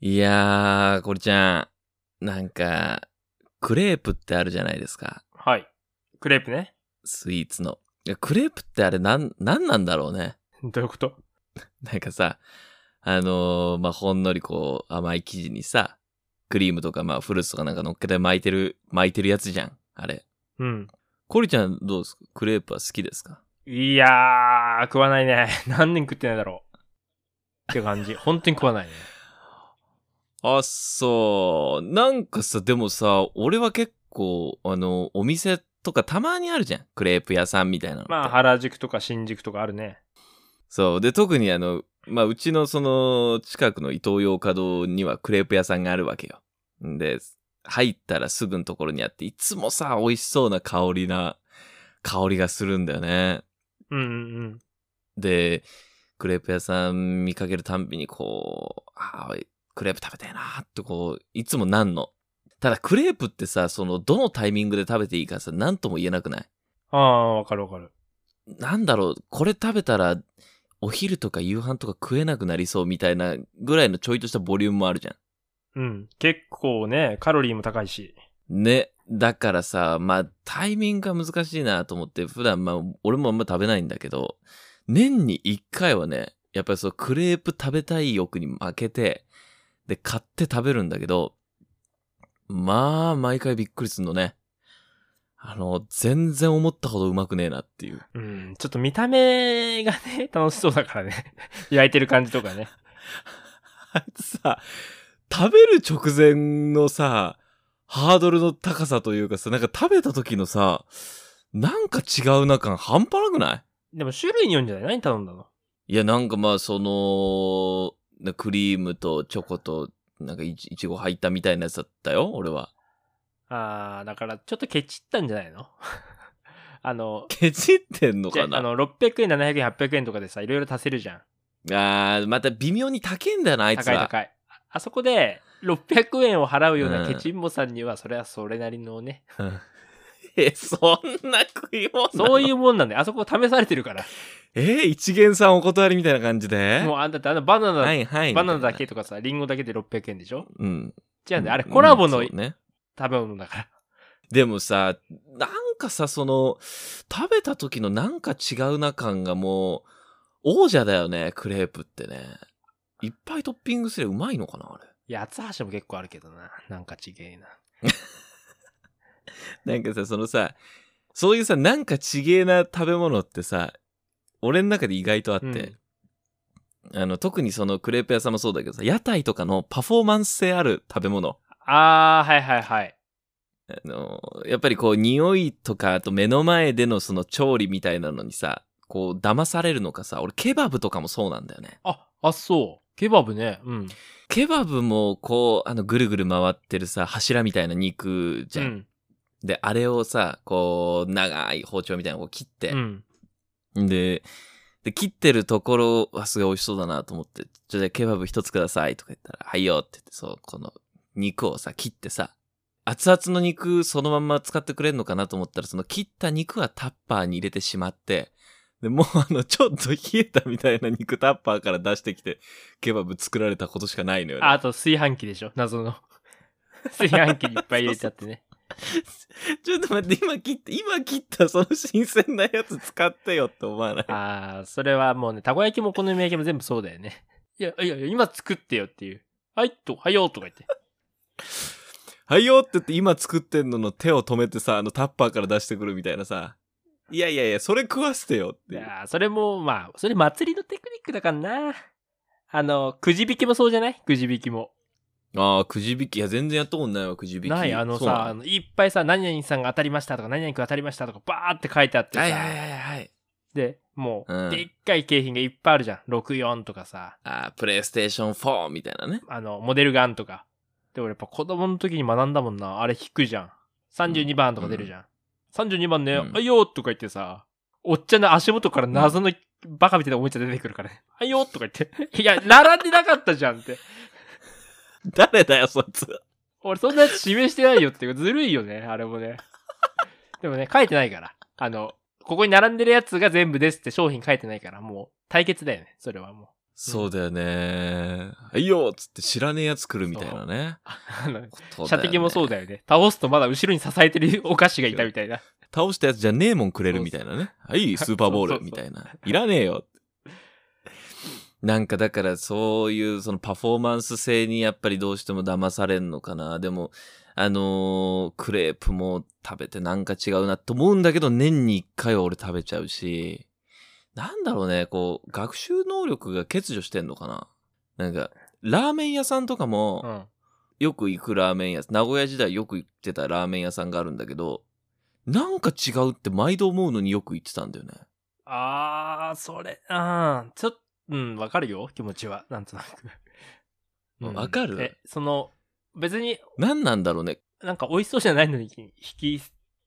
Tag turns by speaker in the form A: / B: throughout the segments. A: いやー、これちゃん、なんか、クレープってあるじゃないですか。
B: はい。クレープね。
A: スイーツの。いやクレープってあれなん、なんなんだろうね。
B: どういうこと
A: なんかさ、あのーまあ、ほんのりこう、甘い生地にさ、クリームとか、まあ、フルーツとかなんか乗っけて巻いてる、巻いてるやつじゃん。あれ。
B: うん。
A: コリちゃんどうですかクレープは好きですか
B: いやー、食わないね。 何年食ってないだろう。って感 じ。本当に食わないね。
A: あ、そう。なんかさ、でもさ、俺は結構、あの、お店とかたまにあるじゃん。クレープ屋さんみたいなのって。
B: まあ、原宿とか新宿とかあるね。
A: そう。で、特にあの、まあ、うちのその、近くの伊東洋華堂にはクレープ屋さんがあるわけよ。んで、入ったらすぐのところにあって、いつもさ、美味しそうな香りな、香りがするんだよね。
B: うんうんうん。
A: で、クレープ屋さん見かけるたんびにこう、ああ、クレープ食べたいなーってこう、いつもなんの。ただクレープってさ、その、どのタイミングで食べていいかさ、なんとも言えなくない
B: ああ、わかるわかる。
A: なんだろう、これ食べたら、お昼とか夕飯とか食えなくなりそうみたいなぐらいのちょいとしたボリュームもあるじゃ
B: うん。結構ね、カロリーも高いし。
A: ん。ね。だからさ、まあ、タイミングが難しいなと思って、普段まあ、俺もあんま食べないんだけど、年に一回はね、やっぱりそう、クレープ食べたい欲に負けて、で、買って食べるんだけど、まあ、毎回びっくりすんのね。あの、全然思ったほどうまくねえなっていう。
B: うん。ちょっと見た目がね、 楽しそうだからね。 焼いてる感じとかね。
A: あいつさ、食べる直前のさ、ハードルの高さというかさ、なんか食べた時のさ、なんか違うな感半端なくない
B: でも種類によるんじゃない何頼んだの
A: いや、なんかまあ、その、なクリームとチョコと、なんかいちいちご入ったみたいなやつだったよ、俺は。
B: ああ、だからちょっとケチったんじゃないの あの、
A: ケチってんの
B: じゃ
A: か
B: あ
A: なあ
B: の、600円、700円、800円とかでさ、いろいろ足せるじゃん。
A: ー、また微妙に高えんだよな、あいつ
B: 高い
A: ら。
B: 高い。ああそこで、600円を払うようなケチンボさんには、それはそれなりのね、
A: うんえ、そんな食い物なの
B: そういうもんなんで、あそこ試されてるから。
A: え、一元さんお断りみたいな感じで
B: もうあんたってあのバナナ、
A: はいはい。
B: バナナだけとかさ、リンゴだけで600円でしょ
A: うん。
B: 違うんだよあれ
A: うん
B: コラボの
A: うん
B: 食
A: そうね。
B: べ物だから。
A: でもさ、なんかさ、その、食べた時のなんか違うな感がもう、王者だよね、クレープってね。いっぱいトッピングすればうまいのかな、あれ。
B: いや、八橋も結構あるけどな。なんかちげえな。
A: なんかさ、そのさ、そういうさ、なんかちげえな食べ物ってさ、俺の中で意外とあって、
B: うん
A: あの、特にそのクレープ屋さんもそうだけどさ、屋台とかのパフォーマンス性ある食べ物。
B: あー、はいはいはい。
A: あの、やっぱりこう、匂いとか、あと目の前でのその調理みたいなのにさ、こう、騙されるのかさ、俺、ケバブとかもそうなんだよね。
B: あ、あ、そう。ケバブね。うん。
A: ケバブも、こう、あの、ぐるぐる回ってるさ、柱みたいな肉じ
B: う
A: ゃん。
B: ん。
A: で、あれをさ、こう、長い包丁みたいなのを切って
B: う、ん。
A: で、で、切ってるところはすごい美味しそうだなと思って、じゃあじゃあケバブ一つくださいとか言ったら、はいよって言って、そう、この肉をさ、切ってさ、熱々の肉そのまんま使ってくれるのかなと思ったら、その切った肉はタッパーに入れてしまって、で、もうあの、ちょっと冷えたみたいな肉タッパーから出してきて、ケバブ作られたことしかないのよね。
B: ああと炊飯器でしょ 謎の。炊飯器にいっぱい入れちゃってね。
A: ちょっと待って、今切って、今切ったその新鮮なやつ使ってよって思わ ない。
B: ああ、それはもうね、たこ焼きもお好み焼きも全部そうだよね。いや、いや、いや今作ってよっていう。はい、と、はいよ、とか言って。
A: はいよって言って今作ってんのの手を止めてさ、あのタッパーから出してくるみたいなさ。いやいやいや、それ食わせてよって
B: い
A: いう。
B: やーそれも、まあ、それ祭りのテクニックだからな。あの、くじ引きもそうじゃないくじ引きも。
A: ああ、くじ引き。いや、全然やったことないわ、くじ引き。
B: ない、あの
A: そう
B: さ、あ
A: の
B: のいっぱいさ、何々さんが当たりましたとか、何々君当たりましたとか、バーって書いてあってさ、
A: はいはいはいはい。
B: で、もう、
A: うん
B: でっかい景品がいっぱいあるじゃん。64とかさ、
A: ああ、プレイステーション4みたいなね。
B: あの、モデルガンとか。で、俺やっぱ子供の時に学んだもんな。あれ引くじゃん。32番とか出るじゃん。32番ね、
A: うん
B: あいよーとか言ってさ、おっちゃんの足元から謎のバカみたいなおもちゃ出てくるからね。あいよーとか言って。 いや、並んでなかったじゃんって。
A: 誰だよ、そいつ。
B: 俺そんなやつ指名してないよっていう。ずるいよね、あれもね。でもね、書いてないから。あの、ここに並んでるやつが全部ですって商品書いてないから、もう対決だよね。それはも
A: そうだよね。はいよっつって知らねえやつ来るみたいなね。
B: あの
A: ことだよね
B: 射的もそうだよね。倒すとまだ後ろに支えてるお菓子がいたみたいな。
A: 倒したやつじゃねえもんくれるみたいなね。 はい、スーパーボールみたいな。いらねえよ。なんかだからそういうそのパフォーマンス性にやっぱりどうしても騙されんのかな。でも、あのークレープも食べてなんか違うなと思うんだけど、年に一回は俺食べちゃうし、なんだろうね、こう、学習能力が欠如してんのかな。なんか、ラーメン屋さんとかも、
B: うん。
A: よく行くラーメン屋、名古屋時代よく行ってたラーメン屋さんがあるんだけど、なんか違うって毎度思うのによく行ってたんだよね。
B: あー、それ、うん。ちょっと、うん、わかるよ、気持ちは。なん となく。うん
A: わかる
B: え、その、別に、
A: 何なんだろうね。
B: なんか美味しそうじゃないのに引き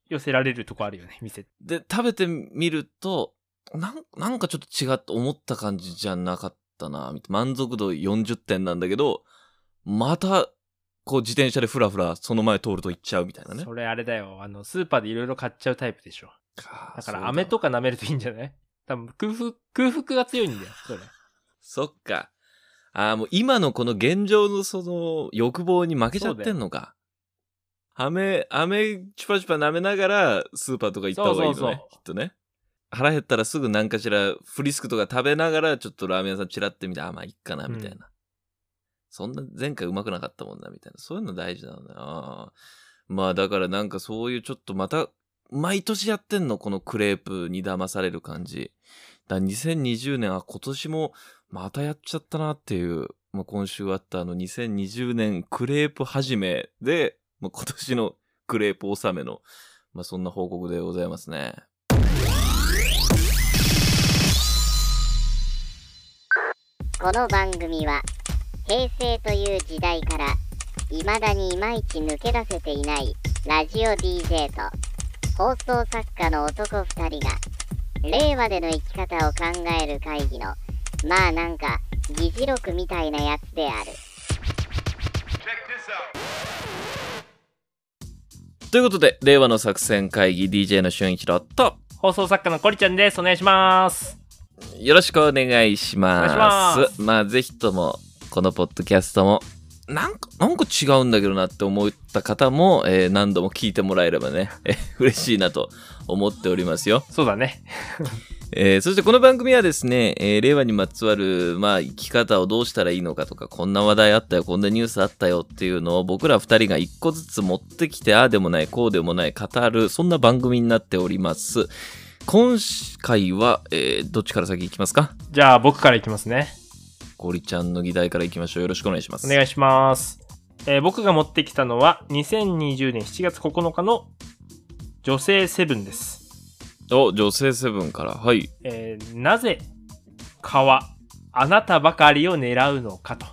B: 寄せられるとこあるよね、店。
A: で、食べてみると、なんなんかちょっと違って思った感じじゃなかったな、みたいな満足度40点なんだけど、また、こう自転車でふらふらその前通ると行っちゃうみたいなね。
B: それあれだよ、あの、スーパーでいろいろ買っちゃうタイプでしょ。だから、飴と
A: か。
B: か舐めるといいんじゃない多分、空腹、空腹が強いんだよ、それ。
A: そっか。ああ、もう今のこの現状のその欲望に負けちゃってんのか。飴、飴、チュパチュパ舐めながらスーパーとか行った方がいいのね。
B: そうそうそう
A: きっとね。腹減ったらすぐ何かしらフリスクとか食べながらちょっとラーメン屋さんチラってみて、あ、まあいっかな、みたいな。
B: う
A: そんな前回うまくなかったもんな、みたいな。そういうの大事なのだよ。まあだからなんかそういうちょっとまた、毎年やってんのこのクレープに騙される感じ。だから2020年は今年もまたやっちゃったなっていう、まあ、今週あったあの2020年クレープ始めで、まあ、今年のクレープ納めの、まあ、そんな報告でございますね。
C: この番組は平成という時代から未だにいまいち抜け出せていないラジオ DJ と放送作家の男2人が令和での生き方を考える会議のまあなんか議事録みたいなやつである。
A: ということで、令和の作戦会議 DJ の俊一郎と、
B: 放送作家のコリちゃんです。お願いします。
A: よろしくお願いします。
B: お願いします
A: まあ、ぜひとも、このポッドキャストも、なんか、なんか違うんだけどなって思った方も、えー何度も聞いてもらえればね、えー嬉しいなと思っておりますよ。
B: そうだね。
A: えーそしてこの番組はですね、えー令和にまつわる、まあ、生き方をどうしたらいいのかとか、こんな話題あったよ、こんなニュースあったよっていうのを僕ら二人が一個ずつ持ってきて、ああでもない、こうでもない、語る、そんな番組になっております。今回は、えーどっちから先行きますか
B: じゃあ、僕からいきますね。
A: ゴリちゃんの議題から行きましょう。よろしくお願いします。
B: お願いします。えー僕が持ってきたのは、2020年7月9日の女性セブンです。
A: お、女性セブンから。はい。
B: えーなぜ、蚊は、あなたばかりを狙うのかと。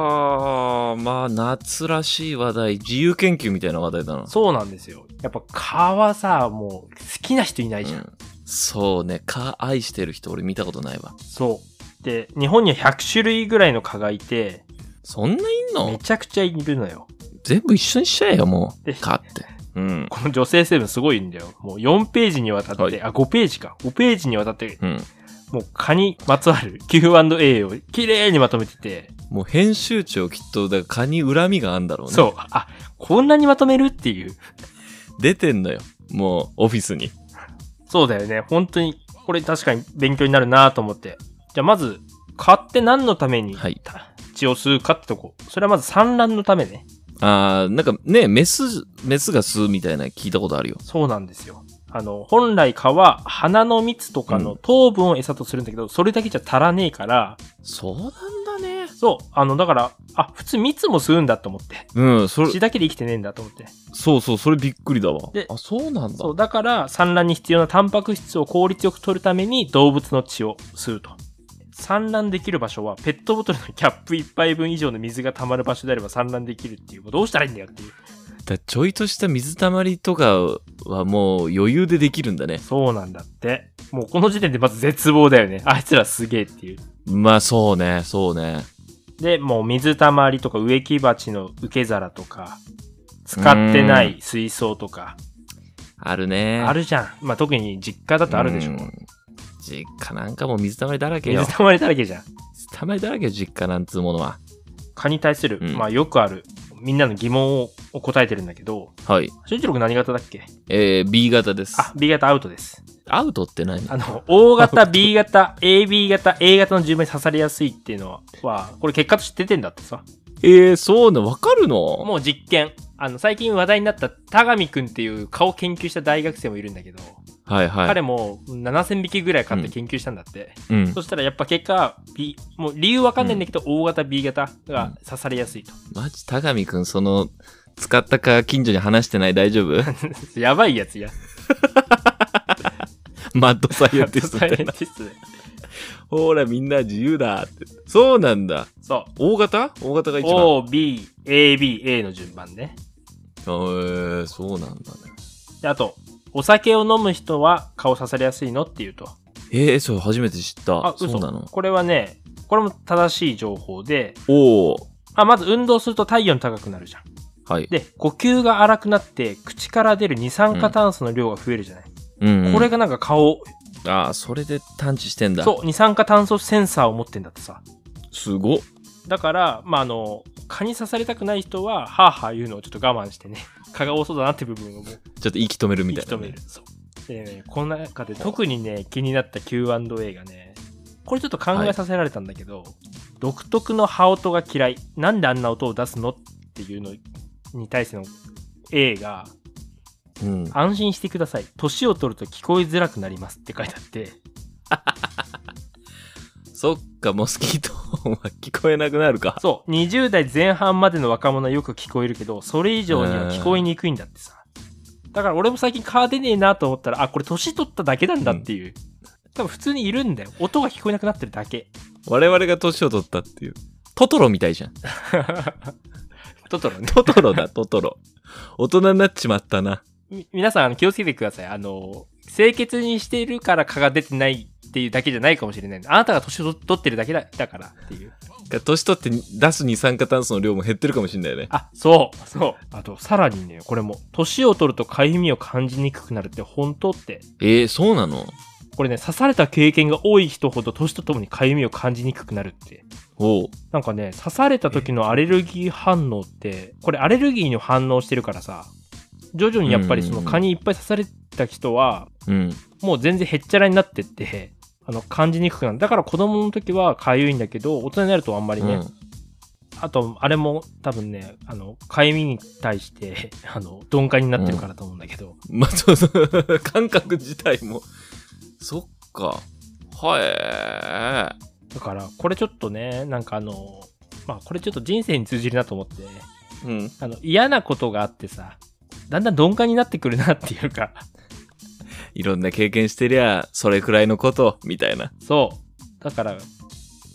A: はあ、まあ、夏らしい話題、自由研究みたいな話題だな。
B: そうなんですよ。やっぱ蚊はさ、もう、好きな人いないじゃん。
A: うんそうね、か、愛してる人俺見たことないわ。
B: そう。で、日本には100種類ぐらいの蚊がいて、
A: そんないん
B: め
A: の
B: ちゃくちゃいるのよ。
A: 全部一緒にしちゃえよ、もう
B: で。
A: かって。うん。
B: この女性成分すごいんだよ。もう4ページにわたって、
A: はい
B: あ、5ページか。5ページにわたって、
A: うん。
B: もう蚊にまつわる Q&A をきれいにまとめてて、
A: もう編集長きっと、だから蚊に恨みがあんだろうね。
B: そう。あ、こんなにまとめるっていう。
A: 出てんのよ。もう、オフィスに。
B: そうだよね。本当に、これ確かに勉強になるなと思って。じゃあまず、蚊って何のために
A: はい
B: 血を吸うかってとこ。それはまず産卵のためね。
A: あー、なんかね、メス、メスが吸うみたいな聞いたことあるよ。
B: そうなんですよ。あの、本来蚊は花の蜜とかの糖分を餌とするんだけど、それだけじゃ足らねえから、
A: そうなんだね。
B: そう、あの、だから、あ、普通蜜も吸うんだと思って。
A: うん、それ
B: 血、だけで生きてねえんだと思って。
A: そうそう、それびっくりだわ
B: で。
A: あ、そうなんだ
B: そ。う、だから産卵に必要なタンパク質を効率よく取るために動物の血を吸うと。産卵できる場所はペットボトルのキャップ1杯分以上の水が溜まる場所であれば産卵できるっていう、どうしたらいいんだよっていう。
A: だちょいとした水たまりとかはもう余裕でできるんだね。
B: そうなんだって。もうこの時点でまず絶望だよね。あいつらすげえっていう。
A: まあ、そうね、そうね。
B: で、もう水たまりとか植木鉢の受け皿とか、使ってない水槽とか、
A: あるね。
B: あるじゃん。まあ、特に実家だとあるでしょ
A: う。ん実家なんかもう水たまりだらけよ
B: 水。たまりだらけじゃん。
A: たまりだらけよ、実家なんつうものは。
B: 蚊に対する、
A: うん
B: まあよくある、みんなの疑問をを答えてるんだけど、
A: はい。
B: 俊一郎君何型だっけ
A: えー、B 型です。
B: あ、B 型アウトです。
A: アウトって何
B: あの、O 型、B 型、AB 型、A 型の順番に刺されやすいっていうのは、これ結果として出てんだってさ。
A: えー、そうなの、わかるの
B: もう実験。あの、最近話題になった田上くんっていう顔を研究した大学生もいるんだけど、
A: はいはい。
B: 彼も7000匹ぐらい買って研究したんだって。
A: うん
B: そ。したらやっぱ結果、B、もう理由わかんないんだけど、O 型、B 型が刺されやすいと。
A: マジ、田上くん、その、使ったか近所に話してない大丈 夫
B: やばいや つや。
A: マッドサイエンティストみたいな。ほら、みんな自由だって。そうなんだ。
B: そう。
A: 大型大型が一番。
B: O、B、A、B、A の順番ね。
A: へー、そうなんだね。
B: であと、お酒を飲む人は顔刺されやすいのっていうと。
A: えー、そう、初めて知った。
B: あ、
A: そ
B: 嘘。
A: うなの。
B: これはね、これも正しい情報で、
A: おー。
B: あ、まず運動すると体温高くなるじゃん。
A: はい。
B: で、呼吸が荒くなって、口から出る二酸化炭素の量が増えるじゃない。
A: うん、
B: これがなんか顔、
A: ああ、それで探知してんだ。
B: そう、二酸化炭素センサーを持ってんだってさ。
A: すごっ。
B: だから、まあ、あの、蚊に刺されたくない人は、はぁはぁ言うのをちょっと我慢してね、蚊が多そうだなって部分をもう
A: ちょっと息止めるみたい
B: 息
A: な、
B: 止める。そう。でね、この中で特にね、気になった Q&A がね、これちょっと考えさせられたんだけど、独特の羽音が嫌い。なんであんな音を出すのっていうのに対しての A が、
A: うん。
B: 安心してください。年を取ると聞こえづらくなりますって書いてあって、
A: そっか、モスキート音は聞こえなくなるか。
B: そう、20代前半までの若者はよく聞こえるけど、それ以上には聞こえにくいんだってさ。だから俺も最近蚊出ねえなと思ったら、あ、これ年取っただけなんだっていう。多分普通にいるんだよ。音が聞こえなくなってるだけ。
A: 我々が年を取ったっていう。トトロみたいじゃん。
B: トトロね。
A: トトロだ、トトロ。大人になっちまったな。
B: み皆さんあの気をつけてください。あの、清潔にしているから蚊が出てないっていうだけじゃないかもしれない。あなたが年を取ってるだけだだからっていう。
A: 年取って出す二酸化炭素の量も減ってるかもしんないね。
B: あ、そう、そう。あと、さらにね、これも、年を取ると痒みを感じにくくなるって本当って、
A: えー、そうなの
B: これね、刺された経験が多い人ほど年とともに痒みを感じにくくなるって。
A: おう。
B: なんかね、刺された時のアレルギー反応って、これアレルギーの反応してるからさ、徐々にやっぱりその蚊にいっぱい刺された人は、
A: うん。
B: もう全然へっちゃらになってって、あの、感じにくくなる。だから子供の時は痒いんだけど、大人になるとあんまりね、
A: うん
B: あと、あれも多分ね、あの、痒みに対して、 あの、鈍感になってるからと思うんだけど、
A: まあ、そうそう、感覚自体も。そっか。はえ
B: だから、これちょっとね、なんかあの、まあ、これちょっと人生に通じるなと思って、
A: ー。うん。
B: あの、嫌なことがあってさ、だんだん鈍感になってくるなっていうか、
A: いろんな経験してりゃ、それくらいのこと、みたいな。
B: そう。だから、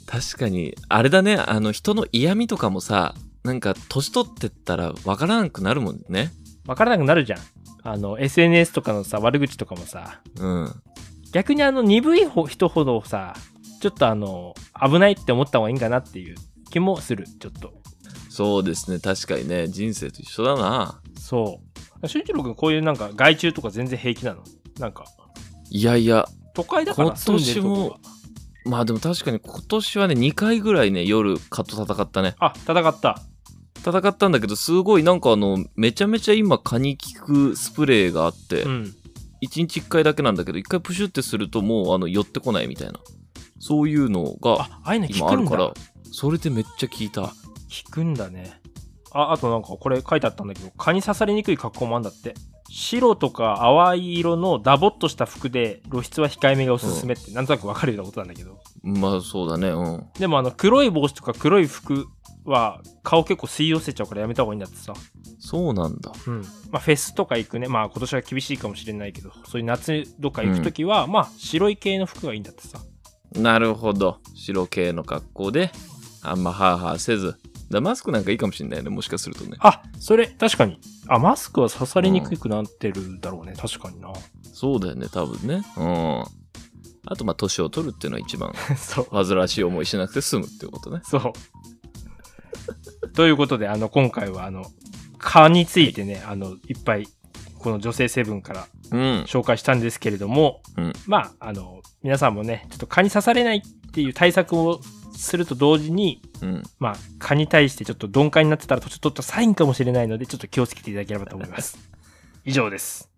A: 確かに、あれだね、あの、人の嫌味とかもさ、なんか、年取ってったらわからなくなるもんね。
B: わからなくなるじゃん。あの、SNS とかのさ、悪口とかもさ、
A: うん。
B: 逆にあの、鈍い方人ほどさ、ちょっとあの、危ないって思った方がいいんかなっていう気もする、ちょっと。
A: そうですね、確かにね、人生と一緒だな。
B: そう。俊一郎君、こういうなんか害虫とか全然平気なのなんか、
A: いやいや、
B: 都会だから住んでるとこ
A: 今
B: が
A: 年まあでも確かに今年はね、2回ぐらいね、夜、蚊と戦ったね。
B: あ、戦った。
A: 戦ったんだけど、すごいなんかあの、めちゃめちゃ今蚊に効くスプレーがあって、
B: うん。
A: 1日1回だけなんだけど、1回プシュってするともうあの、寄ってこないみたいな。そういうのが
B: あ、ああいうの聞
A: 今あ
B: く
A: る
B: ん
A: か
B: だ。
A: ら、それでめっちゃ効いた。
B: 聞くんだねああとなんかこれ書いてあったんだけど蚊に刺されにくい格好もあんだって白とか淡い色のダボっとした服で露出は控えめがおすすめってなんとなくわかるようなことなんだけど
A: まあそうだね、うん。
B: でもあの黒い帽子とか黒い服は顔結構吸い寄せちゃうからやめた方がいいんだってさ、
A: そうなんだ。
B: うんまあ、フェスとか行くねまあ今年は厳しいかもしれないけどそういう夏とか行く時は、まあ白い系の服がいいんだってさ
A: なるほど。白系の格好で、あんまハーハーせず。だマスクなんかいいかもしんないね、もしかするとね。
B: あそれ確かにあマスクは刺されにくくなってるだろうね、確かにな
A: そうだよね、多分ね。うん。あと、まあ、年を取るっていうのは一番、
B: そう
A: 煩わしい思いしなくて済むっていうことね。
B: そう。ということで、あの、今回は、あの、蚊についてね、あの、いっぱい、この女性成分から
A: うん。
B: 紹介したんですけれども、
A: うん
B: まあ、あの、皆さんもね、ちょっと蚊に刺されないっていう対策をすると同時に、
A: うん。
B: まあ、蚊に対してちょっと鈍感になってたら、ちょっとったサインかもしれないので、ちょっと気をつけていただければと思います。以上です。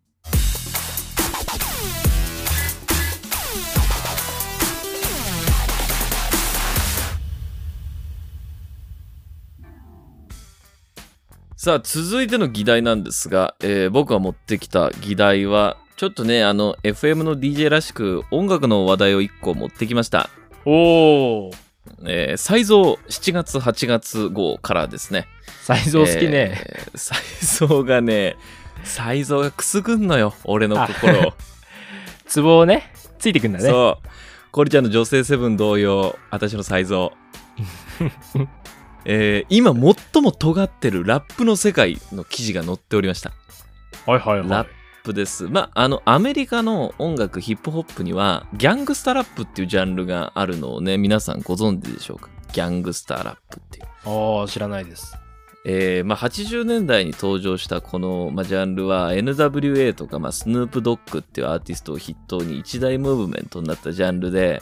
A: さあ、続いての議題なんですが、えー僕が持ってきた議題は、ちょっとね、あの、FM の DJ らしく音楽の話題を1個持ってきました。
B: おー、
A: えー、サイゾー7月8月号からですね。
B: サイズ好きね。
A: えー。サイゾーがね、サイゾーがくすぐんのよ、俺の心 を。
B: ツボをね、ついてくんだね。
A: そう。コリちゃんの女性セブン同様、私の才蔵。 えー今最も尖ってるラップの世界の記事が載っておりました。ラ
B: はいはい
A: ラッップです。まあ、あの、アメリカの音楽、ヒップホップには、ギャングスターラップっていうジャンルがあるのをね、皆さんご存知でしょうか。ギャングスターラップっていう。
B: ああ、知らないです。
A: えーまあ、80年代に登場したこの、まあ、ジャンルは NWA とか、まあ、スヌープドッグっていうアーティストを筆頭に一大ムーブメントになったジャンルで、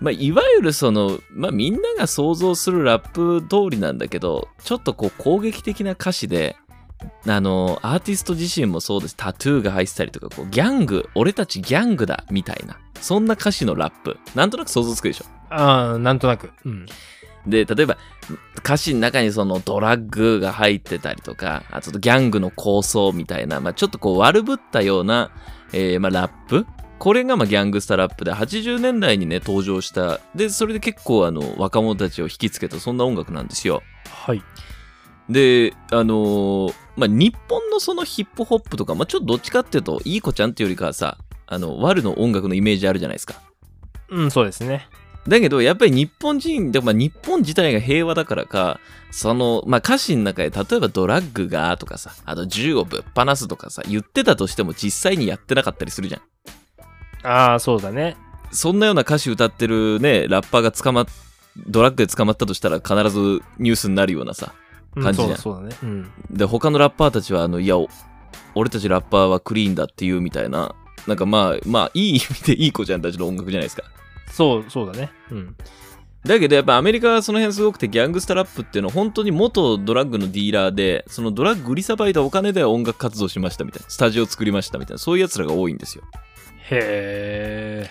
A: まあ、いわゆるその、まあ、みんなが想像するラップ通りなんだけどちょっとこう攻撃的な歌詞であのアーティスト自身もそうですタトゥーが入ってたりとかこうギャング俺たちギャングだみたいなそんな歌詞のラップなんとなく想像つくでしょ
B: ああ、なんとなく。うん。
A: で、例えば、歌詞の中にそのドラッグが入ってたりとか、あとギャングの構想みたいな、まあ、ちょっとこう悪ぶったような、えーまあ、ラップこれがまあギャングスターラップで80年代にね、登場した。で、それで結構あの、若者たちを引きつけた、そんな音楽なんですよ。
B: はい。
A: で、あのーまあ、日本のそのヒップホップとか、まあ、ちょっとどっちかっていうと、いい子ちゃんっていうよりかはさ、あの、悪の音楽のイメージあるじゃないですか。
B: うん、そうですね。
A: だけど、やっぱり日本人、でまあ、日本自体が平和だからか、その、まあ、歌詞の中で、例えばドラッグがとかさ、あと銃をぶっ放すとかさ、言ってたとしても実際にやってなかったりするじゃん。
B: ああ、そうだね。
A: そんなような歌詞歌ってるね、ラッパーが捕まっ、ドラッグで捕まったとしたら必ずニュースになるようなさ。
B: うん
A: 感じ
B: そう
A: だ
B: だ、そうだね。うん。
A: で、他のラッパーたちは、あの、いや、お俺たちラッパーはクリーンだっていうみたいな、なんかまあ、まあ、いい意味でいい子ちゃんたちの音楽じゃないですか。
B: そう、そうだね。うん。
A: だけどやっぱアメリカはその辺すごくてギャングスタラップっていうのは本当に元ドラッグのディーラーでそのドラッグ売りさばいたお金で音楽活動しましたみたいなスタジオを作りましたみたいなそういうやつらが多いんですよ
B: へ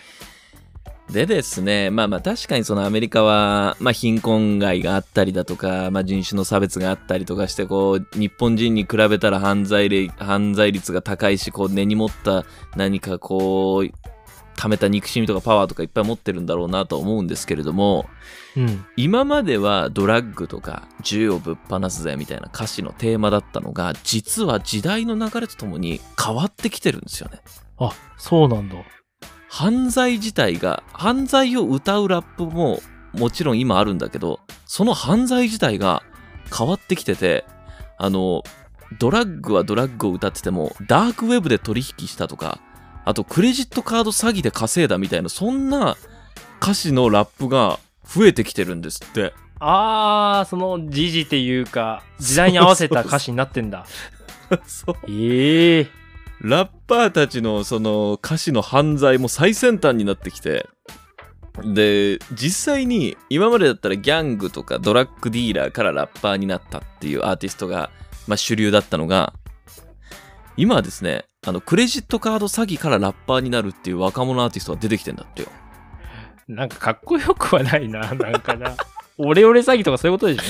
B: え。
A: でですねまあまあ確かにそのアメリカは、まあ、貧困害があったりだとか、まあ、人種の差別があったりとかしてこう日本人に比べたら犯罪れ犯罪率が高いしこう根に持った何かこう溜めた憎しみとかパワーとかいっぱい持ってるんだろうなとは思うんですけれども、
B: うん。
A: 今まではドラッグとか銃をぶっ放すぜみたいな歌詞のテーマだったのが実は時代の流れとともに変わってきてるんですよね
B: あ、そうなんだ。
A: 犯罪自体が犯罪を歌うラップももちろん今あるんだけどその犯罪自体が変わってきててあのドラッグはドラッグを歌っててもダークウェブで取引したとかあとクレジットカード詐欺で稼いだみたいなそんな歌詞のラップが増えてきてるんですって
B: ああ、その時事っていうか、時代に合わせた歌詞になってんだ。
A: そう
B: ええ
A: ラッパーたちのその歌詞の犯罪も最先端になってきてで実際に今までだったらギャングとかドラッグディーラーからラッパーになったっていうアーティストが、まあ、主流だったのが今はですねあのクレジットカード詐欺からラッパーになるっていう若者アーティストが出てきてんだってよ
B: なんかかっこよくはないな、 なんかな。オレオレ詐欺とかそういうことでしょ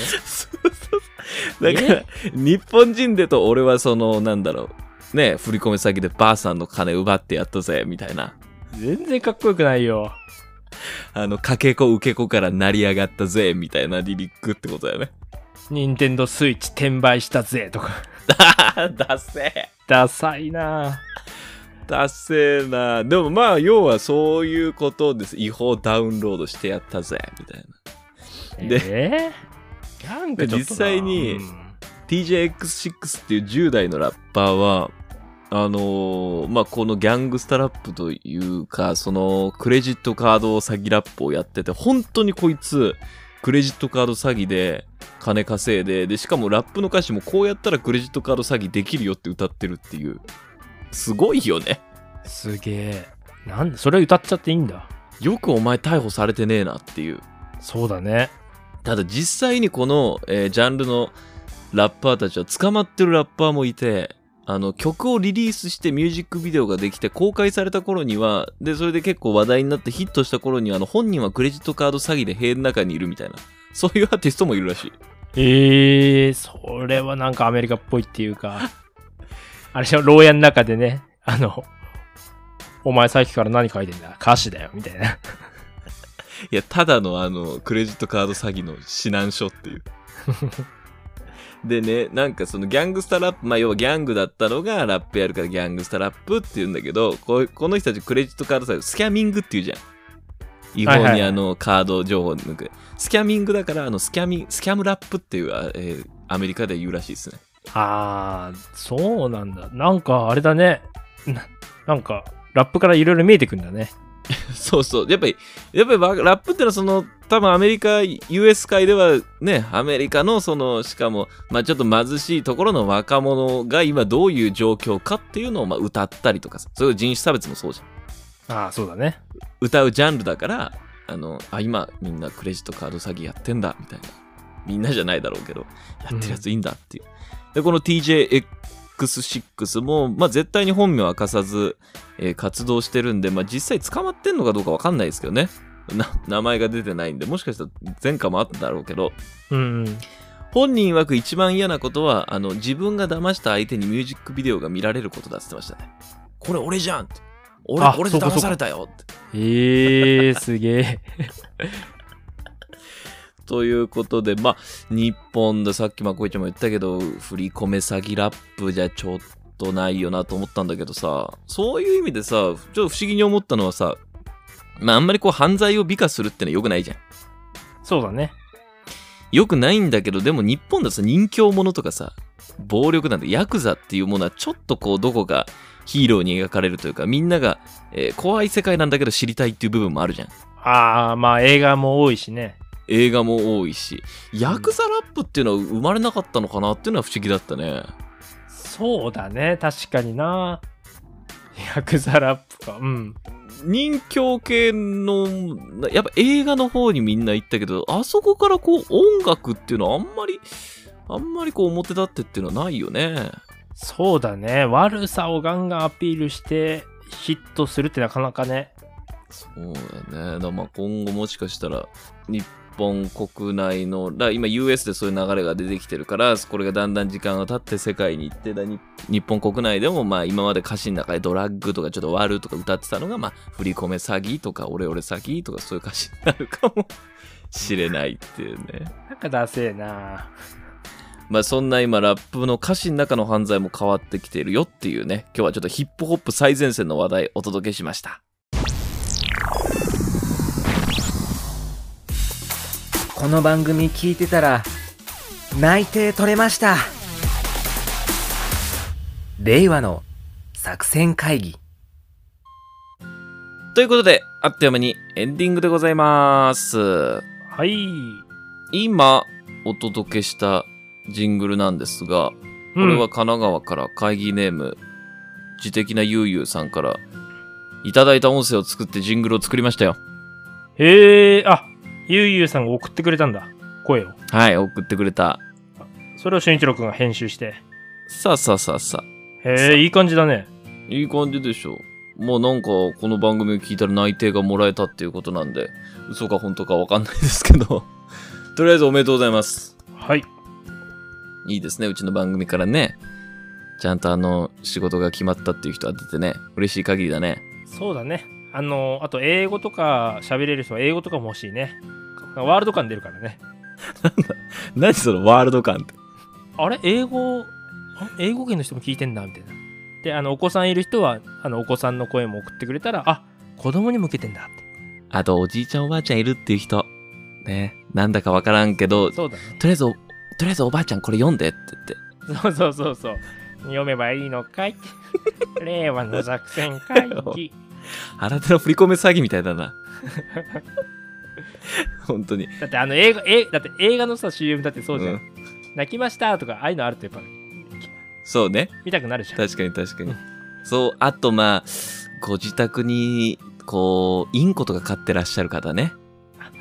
A: だから日本人でと俺はそのなんだろうね振り込め詐欺でばあさんの金奪ってやったぜみたいな
B: 全然かっこよくないよ。
A: あの、かけ子受け子から成り上がったぜ、みたいなリリックってことだよね。
B: 任天堂スイッチ転売したぜとか。
A: ダセえ。
B: ダサいな
A: ダセえな。でもまあ、要はそういうことです。違法ダウンロードしてやったぜ、みたいな。で
B: えーギャングちょっとな
A: 実際に
B: うん、
A: TJX6 っていう10代のラッパーは、あのーまあ、このギャングスタラップというか、そのクレジットカード詐欺ラップをやってて、本当にこいつ、クレジットカード詐欺で金稼いで、で、しかもラップの歌詞もこうやったらクレジットカード詐欺できるよって歌ってるっていう。すごいよね。
B: すげえ。なんで、それ歌っちゃっていいんだ。
A: よくお前逮捕されてねえなっていう。
B: そうだね。
A: ただ実際にこの、えージャンルのラッパーたちは捕まってるラッパーもいてあの曲をリリースしてミュージックビデオができて公開された頃にはでそれで結構話題になってヒットした頃にはあの本人はクレジットカード詐欺で塀の中にいるみたいなそういうアーティストもいるらしい
B: ええそれはなんかアメリカっぽいっていうか、あれしょ、牢屋の中でね、あの、お前さっきから何書いてんだ歌詞だよ、みたいな。
A: いやただのあのクレジットカード詐欺の指南書って いうでねなんかそのギャングスタラップまあ要はギャングだったのがラップやるからギャングスタラップって言うんだけどこうこの人たちクレジットカード詐欺スキャミングっていうじゃん違
B: はい
A: 法
B: はい
A: にあのカード情報を抜くスキャミングだからあのスキャミンスキャムラップっていう、あえーアメリカで言うらしいですね
B: あー、そうなんだ。なんかあれだね。ななんか、ラップからいろいろ見えてくんだね。
A: そうそう。やっぱり、やっぱりわラップってのはその、多分アメリカ、US 界ではね、アメリカのその、しかも、まあちょっと貧しいところの若者が今どういう状況かっていうのをまあ歌ったりとかさ、そういう人種差別もそうじゃん。
B: あー、そうだね。
A: 歌うジャンルだから、あの、あ、今みんなクレジットカード詐欺やってんだ、みたいな。みんなじゃないだろうけど、やってるやついいんだっていう。で、この TJX6 も、まあ絶対に本名は明かさず、えー活動してるんで、まあ実際捕まってんのかどうかわかんないですけどね。な名前が出てないんで、もしかしたら前科もあったんだろうけど、
B: うん、うん。
A: 本人曰く一番嫌なことは、あの、自分が騙した相手にミュージックビデオが見られることだって言ってましたね。これ俺じゃんって俺
B: あ、
A: 俺
B: そ
A: で
B: うかそうか
A: 騙されたよって。
B: ええー、すげえ。
A: ということで、まあ、日本でさっきまこいちゃんも言ったけど、振り込め詐欺ラップじゃちょっとないよなと思ったんだけどさ、そういう意味でさ、ちょっと不思議に思ったのはさ、まあ、あんまりこう犯罪を美化するってのは良くないじゃん。
B: そうだね。
A: 良くないんだけど、でも日本だとさ、人形者とかさ、暴力なんてヤクザっていうものはちょっとこう、どこかヒーローに描かれるというか、みんなが、えー怖い世界なんだけど知りたいっていう部分もあるじゃん。
B: あー、まあ映画も多いしね。
A: 映画も多いし、ヤクザラップっていうのは生まれなかったのかなっていうのは不思議だったね。
B: そうだね。確かにな。ヤクザラップか。うん。
A: 人形系の、やっぱ映画の方にみんな行ったけど、あそこからこう音楽っていうのはあんまり、あんまりこう表立ってっていうのはないよね。
B: そうだね。悪さをガンガンアピールしてヒットするってなかなかね。
A: そうだね。だからまあ今後もしかしたら、日本国内の、だから今 US でそういう流れが出てきてるから、これがだんだん時間が経って世界に行ってだに、日本国内でもまあ今まで歌詞の中でドラッグとかちょっと悪とか歌ってたのが、まあ振り込め詐欺とかオレオレ詐欺とかそういう歌詞になるかもしれないっていうね。
B: なんかダセえな。
A: まあそんな今ラップの歌詞の中の犯罪も変わってきているよっていうね今日はちょっとヒップホップ最前線の話題お届けしました
D: この番組聞いてたら内定取れました令和の作戦会議
A: ということであっという間にエンディングでございます
B: はい。
A: 今お届けしたジングルなんですがこれは神奈川から会議ネーム自的なゆうゆうさんからいただいた音声を作ってジングルを作りましたよ
B: へえー、あ、ゆうゆうさんが送ってくれたんだ。声を。
A: はい送ってくれた
B: それを俊一郎くんが編集して。
A: さあさあさあさあ
B: へえ、いい感じだね。
A: いい感じでしょ。もうなんか、この番組を聞いたら内定がもらえたっていうことなんで、嘘か本当かわかんないですけど、とりあえずおめでとうございます。
B: はい。
A: いいですね、うちの番組からね。ちゃんとあの、仕事が決まったっていう人は出てね、嬉しい限りだね。
B: そうだね。あの、あと英語とか喋れる人は英語とかも欲しいね。ワールド感出るからね。
A: 何そのワールド感って。
B: あれ英語、あ英語圏の人も聞いてんだ、みたいな。で、あの、お子さんいる人は、あの、お子さんの声も送ってくれたら、あ、子供に向けてんだって。
A: あと、おじいちゃんおばあちゃんいるっていう人。ね、なんだかわからんけど、と
B: そうだね。
A: りあえずお、とりあえずおばあちゃんこれ読んでって言って。
B: そうそうそうそう。読めばいいのか い令和の作戦会議。
A: 新手の振り込め詐欺みたいだな。 本当に。
B: だってあの映画、えだって映画のさ CM だってそうじゃん。
A: うん
B: 泣きましたとか、ああいうのあるとやっぱ
A: そうね。
B: 見たくなるじゃん。
A: 確かに確か
B: う
A: に
B: ん。
A: そう、あとまあ、ご自宅に、こう、インコとか飼ってらっしゃる方ね。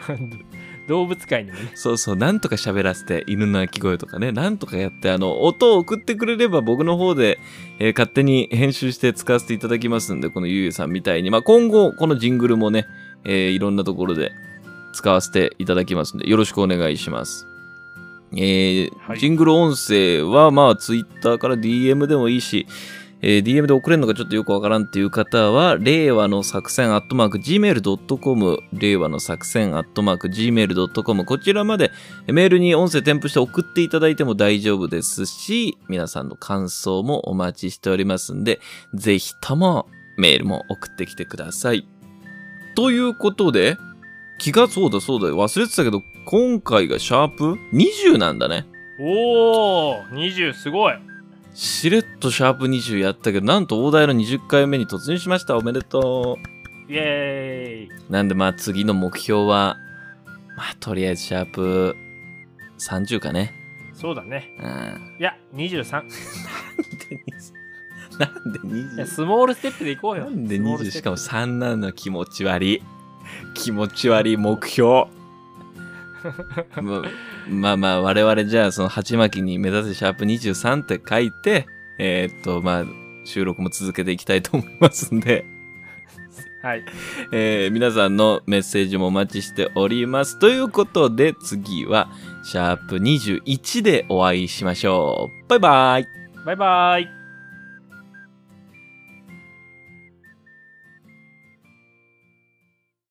B: 動物界にもね
A: そうそう、なんとか喋らせて、犬の鳴き声とかね、なんとかやって、あの、音を送ってくれれば僕の方で、えー勝手に編集して使わせていただきますんで、このゆうゆうさんみたいに、まあ、今後、このジングルもね、えーいろんなところで使わせていただきますんで、よろしくお願いします。えー
B: はい
A: ジングル音声は、まあ、ツイッターから DM でもいいし、えー DM で送れるのかちょっとよくわからんっていう方は、令和の作戦アットマーク Gmail.com、令和の作戦アットマーク Gmail.com、こちらまでメールに音声添付して送っていただいても大丈夫ですし、皆さんの感想もお待ちしておりますんで、ぜひともメールも送ってきてください。ということで、気がそうだそうだよ忘れてたけど、今回がシャープ20なんだね。
B: おお20すごい
A: しれっとシャープ20やったけど、なんと大台の20回目に突入しました。おめでと
B: イエーイ
A: う。なんでまあ次の目標は、まあとりあえずシャープ30かね。
B: そうだね
A: うん。なん
B: いや23い
A: で20なんで 20?
B: やスモールステップでいこうよ
A: なんで
B: スモール
A: 20
B: ス
A: し
B: テ
A: か
B: ッ
A: も
B: プ
A: 3なの気持ち悪い。気持ち悪い目 標。ままあまあ我々じゃあその鉢巻きに目指せシャープ23って書いて、えーっとまあ収録も続けていきたいと思いますんで、
B: はい
A: えー皆さんのメッセージもお待ちしております。ということで次はシャープ21でお会いしましょう。バイバイ。
B: バイバーイ